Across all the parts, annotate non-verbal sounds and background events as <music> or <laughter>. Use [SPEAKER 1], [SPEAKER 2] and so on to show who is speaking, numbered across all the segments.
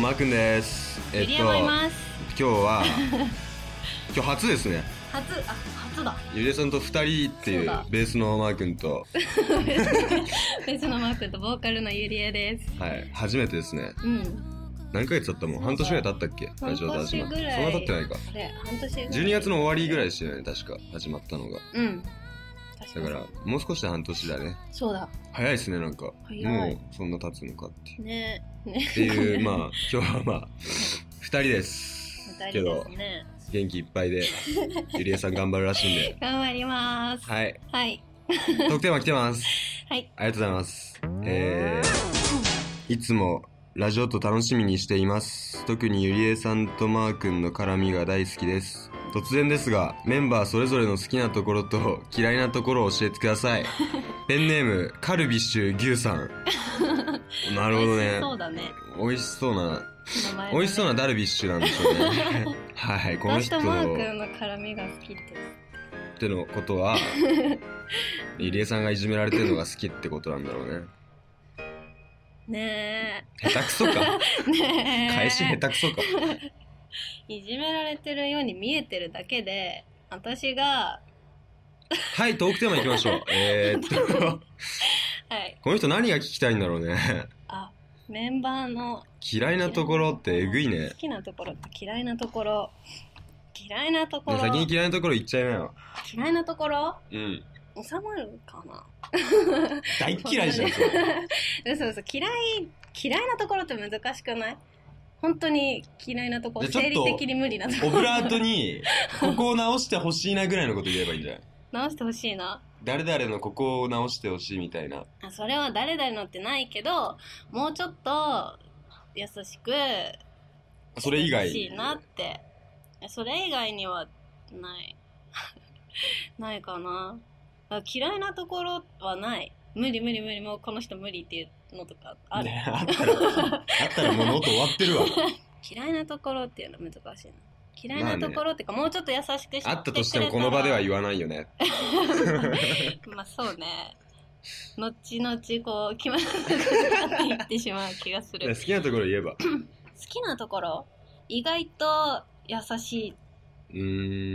[SPEAKER 1] マー君です。
[SPEAKER 2] ゆりやまいます。
[SPEAKER 1] 今日は <laughs> 今日初ですね。
[SPEAKER 2] 初、あ、初だ。
[SPEAKER 1] ゆりえさんと二人ってい
[SPEAKER 2] そう
[SPEAKER 1] う
[SPEAKER 2] だ
[SPEAKER 1] ベースのマー君と、
[SPEAKER 2] 別のマークとボーカルのゆりやです。
[SPEAKER 1] はい、初めてですね。
[SPEAKER 2] うん。
[SPEAKER 1] 何ヶ月経ったもん半年ぐらい経ったっけラジオで始まって。そんな経ってないか。
[SPEAKER 2] あれ、半年ぐらい。
[SPEAKER 1] 12月の終わりぐらいでしたよね、確か。始まったのが。
[SPEAKER 2] うん。
[SPEAKER 1] だから、もう少しで半年だね。
[SPEAKER 2] そうだ。
[SPEAKER 1] 早いですね、なんか。
[SPEAKER 2] 早い
[SPEAKER 1] もう、そんな経つのかっていう。
[SPEAKER 2] ね。ね
[SPEAKER 1] っ。て
[SPEAKER 2] <laughs>
[SPEAKER 1] いう、まあ、今日はまあ、二人です。
[SPEAKER 2] 二
[SPEAKER 1] け
[SPEAKER 2] 人で
[SPEAKER 1] ど
[SPEAKER 2] す、ね。
[SPEAKER 1] 元気いっぱいで、ゆりえさん頑張るらしいんで。
[SPEAKER 2] 頑張ります。
[SPEAKER 1] はい。
[SPEAKER 2] はい。
[SPEAKER 1] トークテーマ来てます。
[SPEAKER 2] はい。
[SPEAKER 1] ありがとうございます。えー、いつもラジオと楽しみにしています。特にゆりえさんとマー君の絡みが大好きです。突然ですが、メンバーそれぞれの好きなところと嫌いなところを教えてください。ペンネーム、カルビッシュ牛さ <laughs> ん。なるほど
[SPEAKER 2] 美味し
[SPEAKER 1] ね。
[SPEAKER 2] そうだね。
[SPEAKER 1] 美味しそうな、
[SPEAKER 2] 名前
[SPEAKER 1] 美味しそう
[SPEAKER 2] う
[SPEAKER 1] なダルビッシュなんでしょう <laughs> ね。はい、この
[SPEAKER 2] 私
[SPEAKER 1] 人
[SPEAKER 2] とマーク
[SPEAKER 1] っ
[SPEAKER 2] の絡みが好きです。
[SPEAKER 1] てのこと <laughs> は、ゆりえさんがいじめられてるのが好きってことなんだろうね。
[SPEAKER 2] ね
[SPEAKER 1] 下手くそか
[SPEAKER 2] え。ねえ。
[SPEAKER 1] 返し下手くそか
[SPEAKER 2] <laughs> いじめられてるように見えてるだけで、私が、
[SPEAKER 1] はいトークテーマいきま
[SPEAKER 2] <laughs>
[SPEAKER 1] しょうえー、っと
[SPEAKER 2] はい。
[SPEAKER 1] この人何が聞きたいんだろうね <laughs>
[SPEAKER 2] あ、メンバーの
[SPEAKER 1] 嫌いなところってえぐいね
[SPEAKER 2] 好きなところと嫌いなところ嫌いなところ
[SPEAKER 1] 先に嫌いなところ言っちゃいなよ
[SPEAKER 2] 嫌いなところ
[SPEAKER 1] うん
[SPEAKER 2] 収まるかな
[SPEAKER 1] 大嫌いじゃんそれ
[SPEAKER 2] 嘘嘘嫌い嫌いなところって難しくない本当に嫌いなところ
[SPEAKER 1] じゃあちょ
[SPEAKER 2] 生
[SPEAKER 1] っ
[SPEAKER 2] 理
[SPEAKER 1] と
[SPEAKER 2] 的に無理なと
[SPEAKER 1] オ
[SPEAKER 2] こ
[SPEAKER 1] ブ
[SPEAKER 2] ろ
[SPEAKER 1] ラートにここを直してほしいなぐらいのこと言えばいいんじゃない
[SPEAKER 2] 直してほしいな
[SPEAKER 1] 誰々のここを直してほしいみたいな
[SPEAKER 2] あそれは誰々のってないけどもうちょっと優しく
[SPEAKER 1] それ以外
[SPEAKER 2] 優しいなってそれ以外にはない <laughs> ないかなあ嫌いなところはない無理無理無理もうこの人無理っていうのとかある、
[SPEAKER 1] ねあったらあったらもうノート終わってるわ
[SPEAKER 2] 嫌いなところっていうのは難しいな嫌
[SPEAKER 1] まあ
[SPEAKER 2] い
[SPEAKER 1] ね
[SPEAKER 2] なところっていうか、もうちょっと優しくして
[SPEAKER 1] あったとしてもこの場では言わないよね
[SPEAKER 2] <laughs> まあそうね後々こう気まずくなっていってしまう気がす
[SPEAKER 1] いや
[SPEAKER 2] る
[SPEAKER 1] 好きなところ言えば
[SPEAKER 2] 好きなところ意外と優しいう
[SPEAKER 1] ー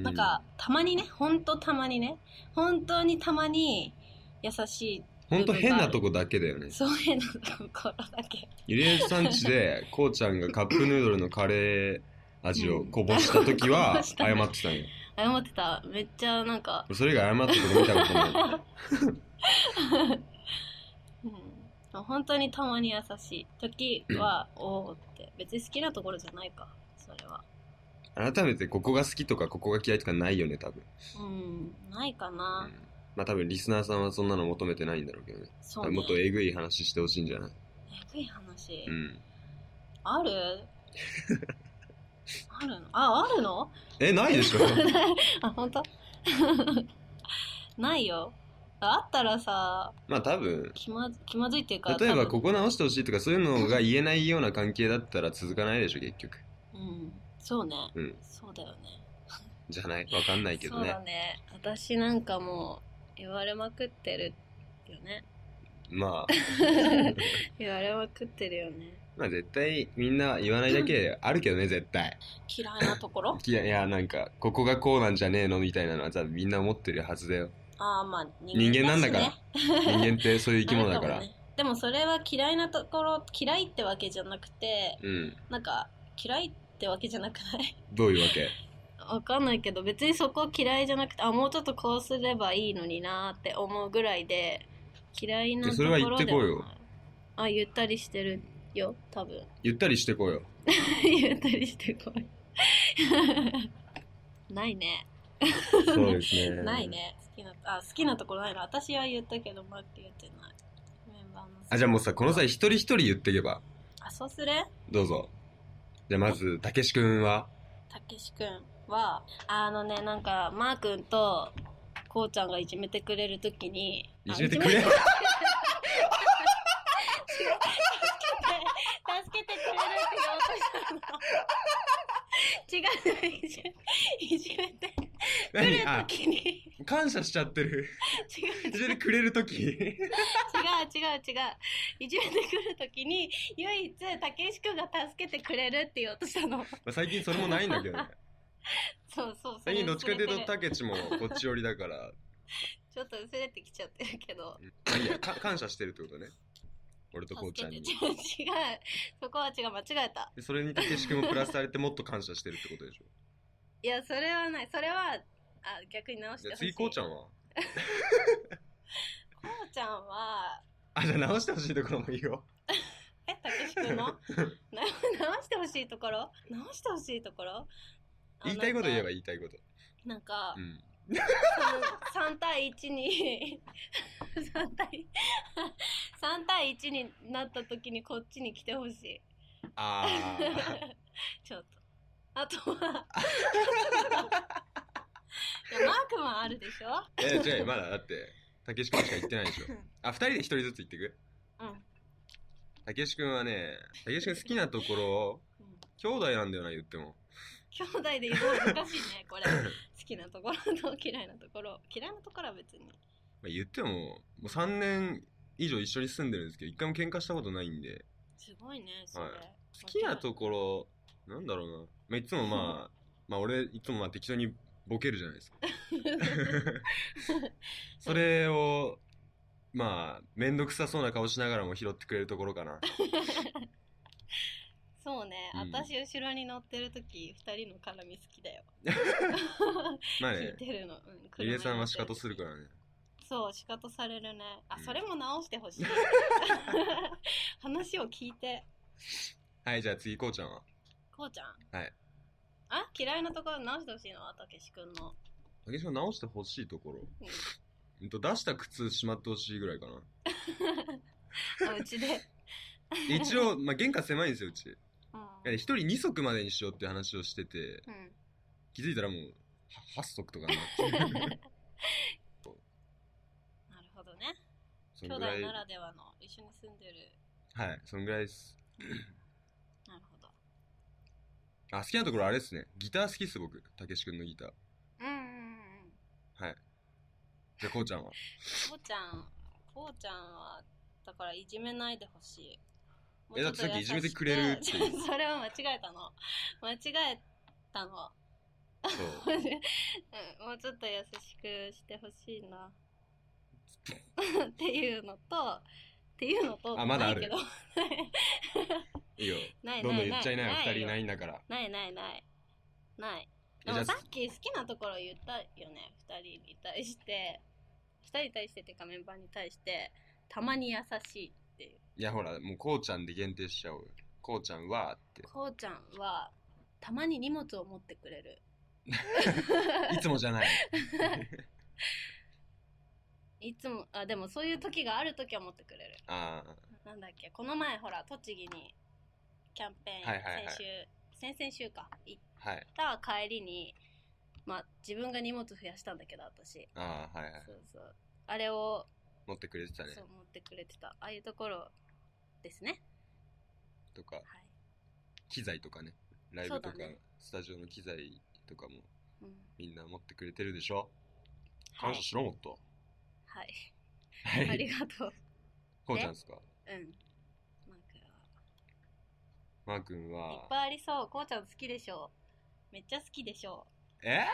[SPEAKER 1] ん
[SPEAKER 2] なんかたまにねほんとたまにね本当にたまに優し
[SPEAKER 1] ほんと変なとこだけだよね
[SPEAKER 2] いそういうのところだけ
[SPEAKER 1] ゆりえさんち
[SPEAKER 2] <laughs>
[SPEAKER 1] でこうちゃんがカップヌードルのカレー味をこぼした時
[SPEAKER 2] うんこ
[SPEAKER 1] は
[SPEAKER 2] <laughs> ぼした
[SPEAKER 1] 謝
[SPEAKER 2] ね
[SPEAKER 1] ってたんよ
[SPEAKER 2] 謝ってためっちゃなんか、
[SPEAKER 1] それ以外謝ってるとこ見たことない
[SPEAKER 2] うん、本当にたまに優しい時は、おおって別に好きなところじゃないかそれは
[SPEAKER 1] 改めてここが好きとかここが嫌いとかないよね多分、
[SPEAKER 2] うんないか
[SPEAKER 1] うん
[SPEAKER 2] な、
[SPEAKER 1] まあ多分リスナーさんはそんなの求めてないんだろうけどね
[SPEAKER 2] そうね
[SPEAKER 1] もっとえぐい話してほしいんじゃない
[SPEAKER 2] えぐい話、
[SPEAKER 1] うん <laughs>
[SPEAKER 2] あるあるのああるの <laughs>
[SPEAKER 1] えないでしょ <laughs>
[SPEAKER 2] あ本当 <laughs> ないよああったらさ
[SPEAKER 1] まあ多分
[SPEAKER 2] 気まず気まずいっていうか
[SPEAKER 1] 例えば
[SPEAKER 2] 多分
[SPEAKER 1] ここ直してほしいとかそういうのが言えないような関係だったら続かないでしょ結局
[SPEAKER 2] うんそうね、
[SPEAKER 1] うん
[SPEAKER 2] そうだよね
[SPEAKER 1] じゃないわかんないけど
[SPEAKER 2] そう
[SPEAKER 1] ね
[SPEAKER 2] だね私なんかもう言われまくってる
[SPEAKER 1] <laughs>
[SPEAKER 2] よね
[SPEAKER 1] まあ
[SPEAKER 2] 言われまくってるよ
[SPEAKER 1] <laughs>
[SPEAKER 2] ね
[SPEAKER 1] まあ絶対みんな言わないだけあるけどね絶対
[SPEAKER 2] 嫌いなところ
[SPEAKER 1] いやいやなんかここがこうなんじゃねえのみたいなのは多分みんな思ってるはずだよ
[SPEAKER 2] ああまあ人
[SPEAKER 1] 人間なんだ
[SPEAKER 2] し
[SPEAKER 1] か
[SPEAKER 2] ね
[SPEAKER 1] ら人間ってそういう生き物だ
[SPEAKER 2] <laughs>
[SPEAKER 1] から
[SPEAKER 2] あるもねでもそれは嫌いなところ嫌いってわけじゃなくて
[SPEAKER 1] うん
[SPEAKER 2] なんか嫌いってわけじゃなくない
[SPEAKER 1] どういうわけ
[SPEAKER 2] わかんないけど別にそこ嫌いじゃなくてあもうちょっとこうすればいいのになーって思うぐらいで嫌いなところ
[SPEAKER 1] そ
[SPEAKER 2] で
[SPEAKER 1] れは言ってこうよ
[SPEAKER 2] あゆったりしてるよ多分 <laughs>
[SPEAKER 1] ゆったりしてこうよ
[SPEAKER 2] ゆったりしてこい <laughs> ないね
[SPEAKER 1] そうですね
[SPEAKER 2] <laughs> ないね好きなあ好きなところないの私は言ったけどマーク言ってないメンバーの
[SPEAKER 1] あじゃあもうさこの際一人一人言ってけば
[SPEAKER 2] あそうする
[SPEAKER 1] どうぞじゃあまずたけし君は
[SPEAKER 2] たけしくんはあのねなんかまーくんとこうちゃんがいじめてくれるときにあ
[SPEAKER 1] いじめてくれ
[SPEAKER 2] いじめ助けてくれるって言おうとしたの違ういじめいじめて
[SPEAKER 1] <laughs>
[SPEAKER 2] くれると
[SPEAKER 1] あ
[SPEAKER 2] きに
[SPEAKER 1] 感謝しちゃってる
[SPEAKER 2] 違う違う違う違う
[SPEAKER 1] いじめてくれる時
[SPEAKER 2] 違ういじめてくるときに、唯一、竹石くんが助けてくれるって言おうとした
[SPEAKER 1] <laughs>
[SPEAKER 2] の。
[SPEAKER 1] まあ最近それもないんだけ
[SPEAKER 2] <laughs>
[SPEAKER 1] どね。
[SPEAKER 2] そうそう、そ
[SPEAKER 1] 最
[SPEAKER 2] れ
[SPEAKER 1] 近どっちかという
[SPEAKER 2] 薄
[SPEAKER 1] と、
[SPEAKER 2] れてる
[SPEAKER 1] たけちもこっち寄りだから、
[SPEAKER 2] ちょっと薄れてきちゃってるけど。
[SPEAKER 1] うんまあいいや、か感謝してるってことね。俺とこうちゃんに。
[SPEAKER 2] 助けて違う。そこは違う、間違えた。
[SPEAKER 1] でそれにたけし君もプラスされてもっと感謝してるってことで
[SPEAKER 2] <laughs>
[SPEAKER 1] しょ。
[SPEAKER 2] いや、それはない。それは、あ、逆に直し
[SPEAKER 1] じ
[SPEAKER 2] て
[SPEAKER 1] ゃあ
[SPEAKER 2] ほしい。
[SPEAKER 1] 次こうちゃ
[SPEAKER 2] ん。
[SPEAKER 1] んは
[SPEAKER 2] こうちゃんは、
[SPEAKER 1] あ、じゃあ直してほしいところもいいよ。
[SPEAKER 2] え、たけ
[SPEAKER 1] <laughs>
[SPEAKER 2] しくんのな直してほしいところ直してほしいところ
[SPEAKER 1] 言いたいこと言えば
[SPEAKER 2] い
[SPEAKER 1] 言いたいこと。
[SPEAKER 2] い。なんか
[SPEAKER 1] う、ん。
[SPEAKER 2] その3対1に <laughs> 3対 <laughs> 3対1になった時にこっちに来てほし
[SPEAKER 1] <laughs>
[SPEAKER 2] い
[SPEAKER 1] あー。
[SPEAKER 2] ちょっとあとはいやマークもあるでしょ
[SPEAKER 1] <laughs> え、違うよまだだって、たけし君しか言ってないでし
[SPEAKER 2] <laughs>
[SPEAKER 1] ょ。あ、二人で一人ずつ言ってく
[SPEAKER 2] うん、
[SPEAKER 1] たけし君はね、たけし君好きなところを、
[SPEAKER 2] うん
[SPEAKER 1] 兄弟なんだよな、言っても。
[SPEAKER 2] 兄弟で言うの難しいねこれ好きなところと嫌いなところ嫌いなところは別に
[SPEAKER 1] まあ、言っても、もう3年以上一緒に住んでるんですけど、一回も喧嘩したことないんで、
[SPEAKER 2] すごいねそれ、
[SPEAKER 1] は好きなところ、なんだろうな。まあ、いつも
[SPEAKER 2] <laughs>
[SPEAKER 1] まあ、まあ俺、いつもまあ適当にボケるじゃないですか。それを、まあ、めんどくさそうな顔しながらも拾ってくれるところ
[SPEAKER 2] <laughs>
[SPEAKER 1] かな。
[SPEAKER 2] そうね、
[SPEAKER 1] うん
[SPEAKER 2] 私後ろに乗ってる時二人の絡み好きだよ
[SPEAKER 1] まあ
[SPEAKER 2] 聞
[SPEAKER 1] ね
[SPEAKER 2] い、てるの、うん、
[SPEAKER 1] ゆりえさんは仕
[SPEAKER 2] 車に乗っ
[SPEAKER 1] 方
[SPEAKER 2] てる
[SPEAKER 1] するからね。
[SPEAKER 2] そう、仕方されるね。あ、
[SPEAKER 1] うん
[SPEAKER 2] それも直して
[SPEAKER 1] <laughs>
[SPEAKER 2] ほしい。話を聞いて。
[SPEAKER 1] はい、じゃあ次、こうちゃんは。
[SPEAKER 2] こうちゃん。
[SPEAKER 1] はい。
[SPEAKER 2] あ嫌いなところ直してほしいのは、たけしくん
[SPEAKER 1] <laughs>
[SPEAKER 2] の。
[SPEAKER 1] 竹島直してほしいところ。
[SPEAKER 2] うん
[SPEAKER 1] うんと出した靴しまってほしいぐらいかな。
[SPEAKER 2] おうちで。
[SPEAKER 1] 一応、 <laughs> まあ、玄関狭いんですよ、うち。
[SPEAKER 2] うん。
[SPEAKER 1] 一人2足までにしようって話をしてて、
[SPEAKER 2] うん、
[SPEAKER 1] 気づいたらもう、は8足とかにな
[SPEAKER 2] <laughs>
[SPEAKER 1] ってる
[SPEAKER 2] なるほどね。
[SPEAKER 1] そ
[SPEAKER 2] 兄
[SPEAKER 1] の
[SPEAKER 2] 弟
[SPEAKER 1] ぐらい。
[SPEAKER 2] な
[SPEAKER 1] は
[SPEAKER 2] らではの、一緒に住んでる。
[SPEAKER 1] い、そのぐらいです。
[SPEAKER 2] なるほど。
[SPEAKER 1] あ、好きなところあれですね。ギター好きっす、僕。たけし君のギター。
[SPEAKER 2] うんうんうん。
[SPEAKER 1] はい。じゃあ、こうちゃんは。
[SPEAKER 2] こうちゃん、こうちゃんは、だからいじめないでほしい。もう
[SPEAKER 1] え
[SPEAKER 2] ちょと
[SPEAKER 1] だってさっきいじめてくれるって
[SPEAKER 2] 優しく <laughs> それは間違えたの。間違えたの。 <laughs>
[SPEAKER 1] そう。
[SPEAKER 2] うんもうちょっと優しくしてほしいなっていうのとっていうのと
[SPEAKER 1] あまだある
[SPEAKER 2] ないけど <laughs>
[SPEAKER 1] いいよ。
[SPEAKER 2] ない
[SPEAKER 1] どん
[SPEAKER 2] な
[SPEAKER 1] どん
[SPEAKER 2] い
[SPEAKER 1] 言っちゃいなよ、
[SPEAKER 2] ない
[SPEAKER 1] 二人い
[SPEAKER 2] よ
[SPEAKER 1] ないんだから。
[SPEAKER 2] ないないないない
[SPEAKER 1] え
[SPEAKER 2] で
[SPEAKER 1] じゃ
[SPEAKER 2] も
[SPEAKER 1] あ
[SPEAKER 2] さっき好きなところ言ったよね2人に対して2人に対してっていうかメンバーに対してたまに優しいっていう
[SPEAKER 1] いや、ほら、もうこうちゃんで限定しちゃおうよ。こうちゃんはって。
[SPEAKER 2] こうちゃんはたまに荷物を持ってくれる
[SPEAKER 1] いつもじゃない。
[SPEAKER 2] いつもあでもそういう時がある時は持ってくれる
[SPEAKER 1] ああ。
[SPEAKER 2] なんだっけこの前ほら栃木にキャンペーン、
[SPEAKER 1] はいはいはい
[SPEAKER 2] 先週先々週か行っ
[SPEAKER 1] はい。
[SPEAKER 2] た帰りにまあ自分が荷物増やしたんだけど私
[SPEAKER 1] ああ、はいはい。
[SPEAKER 2] そうそうあれを、
[SPEAKER 1] 持ってくれてたね
[SPEAKER 2] そう持ってくれてたああいうところですね
[SPEAKER 1] とか
[SPEAKER 2] はい、
[SPEAKER 1] 機材とかねライブとか、
[SPEAKER 2] そうだね
[SPEAKER 1] スタジオの機材とかも
[SPEAKER 2] うん、
[SPEAKER 1] みんな持ってくれてるでしょ
[SPEAKER 2] は
[SPEAKER 1] 感謝
[SPEAKER 2] い、
[SPEAKER 1] しろもっと
[SPEAKER 2] はい、
[SPEAKER 1] は
[SPEAKER 2] あ
[SPEAKER 1] い
[SPEAKER 2] りがとう
[SPEAKER 1] こうちゃんですか
[SPEAKER 2] うんマークは
[SPEAKER 1] マー君
[SPEAKER 2] いっ
[SPEAKER 1] は
[SPEAKER 2] ぱいありそうこうちゃん好きでしょめっちゃ好きでしょ
[SPEAKER 1] え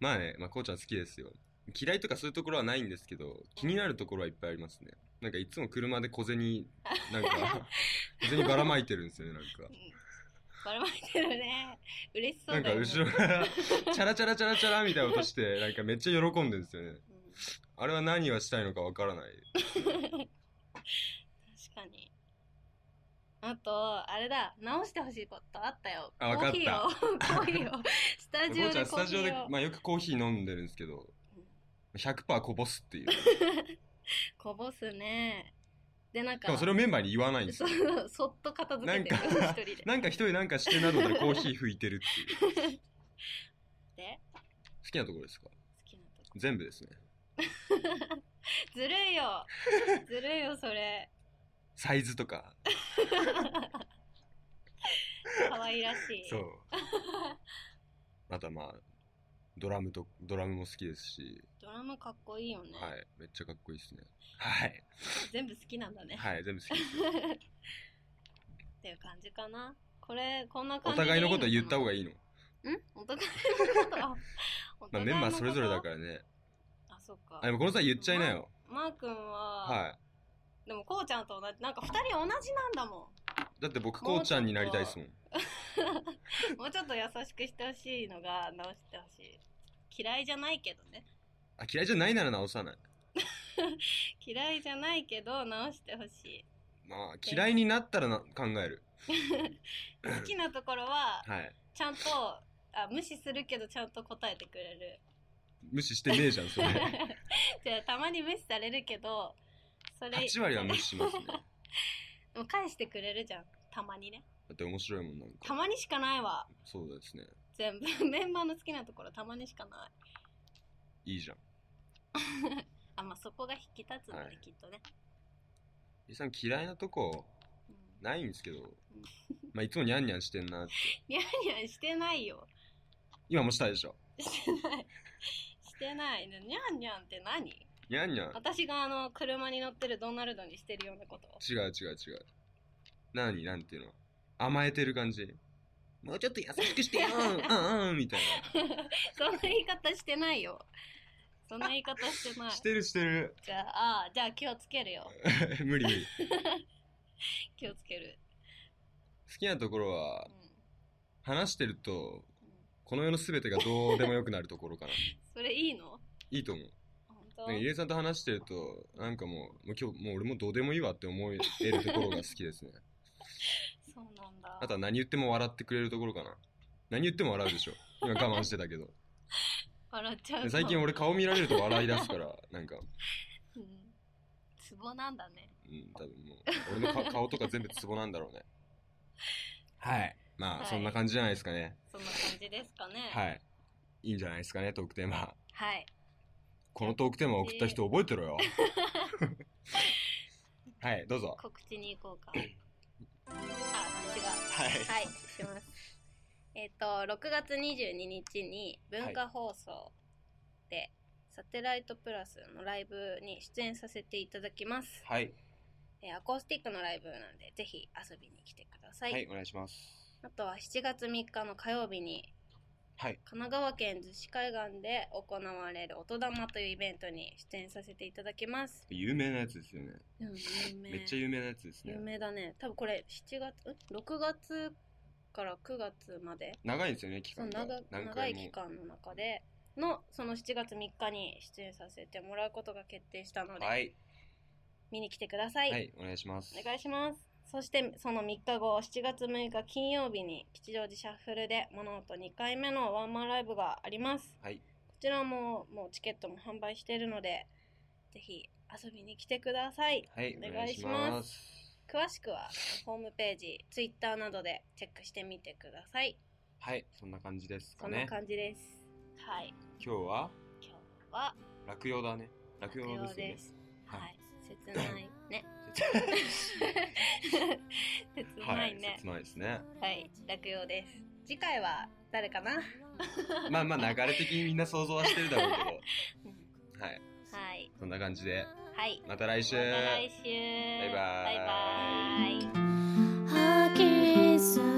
[SPEAKER 1] まあね、まあ、こうちゃん好きですよ嫌いとかそういうところはないんですけど気になるところはいっぱいありますねなんかいつも車で小銭なん
[SPEAKER 2] <laughs>
[SPEAKER 1] か小銭ばらまいてるんですよねなんか
[SPEAKER 2] うんばらまいてるね嬉しそ
[SPEAKER 1] な
[SPEAKER 2] うんだ
[SPEAKER 1] か
[SPEAKER 2] よ、ね、
[SPEAKER 1] 後ろからチャラチャラチャラチャラみたいな音してなんかめっちゃ喜んでるんですよね
[SPEAKER 2] うん
[SPEAKER 1] あれは何をしたいのかわからない
[SPEAKER 2] 確かにあとあれだ直してほしいことあったよ
[SPEAKER 1] あわかった
[SPEAKER 2] コーヒーをコーヒーをスタジ
[SPEAKER 1] ゴ
[SPEAKER 2] オ
[SPEAKER 1] ーちゃ
[SPEAKER 2] で
[SPEAKER 1] んス
[SPEAKER 2] コー
[SPEAKER 1] タジ
[SPEAKER 2] ヒ
[SPEAKER 1] オで
[SPEAKER 2] ー、を
[SPEAKER 1] まあ、よくコーヒー飲んでるんですけど
[SPEAKER 2] うん
[SPEAKER 1] 100%こぼすっ
[SPEAKER 2] <laughs>
[SPEAKER 1] ていう
[SPEAKER 2] こぼすねでなん
[SPEAKER 1] で
[SPEAKER 2] か
[SPEAKER 1] もそれをメンバーに言わないんです
[SPEAKER 2] そ
[SPEAKER 1] よ
[SPEAKER 2] うそっと片付けてる
[SPEAKER 1] なんか
[SPEAKER 2] 一人で
[SPEAKER 1] なんか一人なんかしてなどでコーヒー拭いてるっていう
[SPEAKER 2] で
[SPEAKER 1] 好きなところですか
[SPEAKER 2] 好きなとこ
[SPEAKER 1] 全部ですね
[SPEAKER 2] ずるいよ <laughs> ずるいよそれ
[SPEAKER 1] サイズとか
[SPEAKER 2] 可愛らし
[SPEAKER 1] <laughs>
[SPEAKER 2] い
[SPEAKER 1] そうあとはまあドラムと、ドラムも好きですし、
[SPEAKER 2] ドラムかっこいいよね、
[SPEAKER 1] はい。めっちゃかっこいいですね。 <laughs> はい。
[SPEAKER 2] 全部好きなんだね、
[SPEAKER 1] はい、全部好きです。
[SPEAKER 2] <laughs> っていう感じかなこれこんな
[SPEAKER 1] お
[SPEAKER 2] 感じ
[SPEAKER 1] 互いのこと言った方が
[SPEAKER 2] い
[SPEAKER 1] いいの。
[SPEAKER 2] いんお互い
[SPEAKER 1] <laughs>
[SPEAKER 2] のことあお
[SPEAKER 1] まあ、
[SPEAKER 2] 互い
[SPEAKER 1] メン
[SPEAKER 2] の
[SPEAKER 1] バー
[SPEAKER 2] こと
[SPEAKER 1] それぞれだからね。
[SPEAKER 2] あそっか
[SPEAKER 1] あ、でもこの際言っちゃいなよ。
[SPEAKER 2] マー君は、
[SPEAKER 1] は
[SPEAKER 2] でもこうちゃんと同じなんか二人同じなんだも
[SPEAKER 1] い。だって僕、こうちゃんになりたいですもん。
[SPEAKER 2] んもうちょっと優しくしてほしいのが直してほしい嫌いじゃないけどね
[SPEAKER 1] あ、嫌いじゃないなら直さない。
[SPEAKER 2] 嫌いじゃないけど直してほしい
[SPEAKER 1] まあ、嫌いになったらな考える。
[SPEAKER 2] 好きなところは
[SPEAKER 1] はい。
[SPEAKER 2] ちゃんとあ無視するけどちゃんと答えてくれる
[SPEAKER 1] 無視してねえじゃん、 <laughs> それ。
[SPEAKER 2] じゃあたまに無視されるけどそれ
[SPEAKER 1] 8割は無視しますね。
[SPEAKER 2] でも返してくれるじゃんたまにね
[SPEAKER 1] だって面白いもんなん
[SPEAKER 2] た
[SPEAKER 1] か。
[SPEAKER 2] まにしかないわ
[SPEAKER 1] そうですね。
[SPEAKER 2] 全部 <laughs> メンバーの好きなところたまにしかない
[SPEAKER 1] いいじゃん。
[SPEAKER 2] あまあそこが引き立つんだね、
[SPEAKER 1] はい
[SPEAKER 2] きっとね、
[SPEAKER 1] 伊さん嫌いなとこ
[SPEAKER 2] うん、
[SPEAKER 1] ないんですけど、まあ、いつもニャンニャンしてんなって。
[SPEAKER 2] ニャンニャンしてないよ
[SPEAKER 1] 今もしたでしょ。
[SPEAKER 2] してないしてないねニャンニャンって何
[SPEAKER 1] ニャンニャン。
[SPEAKER 2] 私があの車に乗ってるドナルドにしてるようなこと
[SPEAKER 1] 違う違う違う。なになんていうの甘えてる感じ。もうちょっと優しくしてよ、うん、うん、うん、みたい
[SPEAKER 2] そんな言い方してないよそんな言い方してな
[SPEAKER 1] な。<laughs>
[SPEAKER 2] い
[SPEAKER 1] してるしてる。
[SPEAKER 2] じゃああーじゃあ気をつけるよ
[SPEAKER 1] 無理無理。
[SPEAKER 2] 気をつける、
[SPEAKER 1] 好きなところ
[SPEAKER 2] う
[SPEAKER 1] は
[SPEAKER 2] ん、
[SPEAKER 1] 話してると、
[SPEAKER 2] うん
[SPEAKER 1] この世の全てがどうでもよくなるところかな。
[SPEAKER 2] それいいの
[SPEAKER 1] いいと思う。
[SPEAKER 2] 本
[SPEAKER 1] な
[SPEAKER 2] 当
[SPEAKER 1] んか、ゆりえさんと話してると、なんかもう、もう今日、もう俺もうどうでもいいわって思えるところが好きですね。
[SPEAKER 2] そうなんだ
[SPEAKER 1] あとは何言っても笑ってくれるところかな。何言っても笑うでしょ。今我慢してたけど。
[SPEAKER 2] 笑っちゃ
[SPEAKER 1] で
[SPEAKER 2] う
[SPEAKER 1] 最近
[SPEAKER 2] は
[SPEAKER 1] 俺顔見られると笑い出すから、なんか、
[SPEAKER 2] ツボなんだね
[SPEAKER 1] うん、多分もう、俺の
[SPEAKER 2] <laughs>
[SPEAKER 1] か顔とか全部ツボなんだろうね。はい。まあ、
[SPEAKER 2] はい
[SPEAKER 1] そんな感じじゃないですかね。
[SPEAKER 2] そんな感じですかねい、
[SPEAKER 1] はい。いいんじゃないですかね、トークテーマ。
[SPEAKER 2] はい、
[SPEAKER 1] このトークテーマ送った人覚えてろ <laughs> よ。はい、どうぞ。
[SPEAKER 2] 告知に行こうかあ私が
[SPEAKER 1] はい。
[SPEAKER 2] はい、します。えっ、と、6月22日に文化放送で、サテライトプラスのライブに出演させていただきます。
[SPEAKER 1] はい。
[SPEAKER 2] えーアコースティックのライブなんで、ぜひ遊びに来てください。
[SPEAKER 1] はい、お願いします。
[SPEAKER 2] あとは7月3日の火曜日に、
[SPEAKER 1] はい。
[SPEAKER 2] 神奈川県逗子海岸で行われる音玉というイベントに出演させていただきます。
[SPEAKER 1] 有名なやつですよね。
[SPEAKER 2] うん、有名。
[SPEAKER 1] めっちゃ有名なやつですね
[SPEAKER 2] 有。名だね。多分これ7月、ん ?6 月から9月まで
[SPEAKER 1] 長いんですよね、期
[SPEAKER 2] その
[SPEAKER 1] 間が。
[SPEAKER 2] 長
[SPEAKER 1] 何
[SPEAKER 2] 長
[SPEAKER 1] 回
[SPEAKER 2] い
[SPEAKER 1] も
[SPEAKER 2] 期間の中でのその7月3日に出演させてもらうことが決定したので、
[SPEAKER 1] はい。
[SPEAKER 2] 見に来てください、
[SPEAKER 1] はい、お願いします。
[SPEAKER 2] お願いしますそしてその3日後7月6日金曜日に吉祥寺シャッフルで物音2回目のワンマンライブがあります
[SPEAKER 1] はい。
[SPEAKER 2] こちらももうチケットも販売しているのでぜひ遊びに来てください
[SPEAKER 1] はい、
[SPEAKER 2] お
[SPEAKER 1] お
[SPEAKER 2] 願
[SPEAKER 1] 願
[SPEAKER 2] い
[SPEAKER 1] い
[SPEAKER 2] し
[SPEAKER 1] し
[SPEAKER 2] ま
[SPEAKER 1] ます。
[SPEAKER 2] 詳しくはホームページ Twitter などでチェックしてみてください
[SPEAKER 1] はい、そんな感じです
[SPEAKER 2] そ
[SPEAKER 1] か
[SPEAKER 2] んな
[SPEAKER 1] ね。
[SPEAKER 2] 感じですはい
[SPEAKER 1] 今日は
[SPEAKER 2] 今日は
[SPEAKER 1] 落葉だね。落葉ですよね。
[SPEAKER 2] は、
[SPEAKER 1] はい
[SPEAKER 2] 切ない
[SPEAKER 1] <laughs>
[SPEAKER 2] ね。切
[SPEAKER 1] は
[SPEAKER 2] ない
[SPEAKER 1] い、
[SPEAKER 2] ね
[SPEAKER 1] <laughs> 切。ないですね。
[SPEAKER 2] はい、落葉です。次回は誰かな？
[SPEAKER 1] まあまあ流れ的にみんな想像はしてるだろうけど。はい、
[SPEAKER 2] はい、
[SPEAKER 1] そんな感じで。
[SPEAKER 2] はい。
[SPEAKER 1] また来週。
[SPEAKER 2] また来週。
[SPEAKER 1] バイバイ
[SPEAKER 2] バイバイ。
[SPEAKER 3] 吐きそう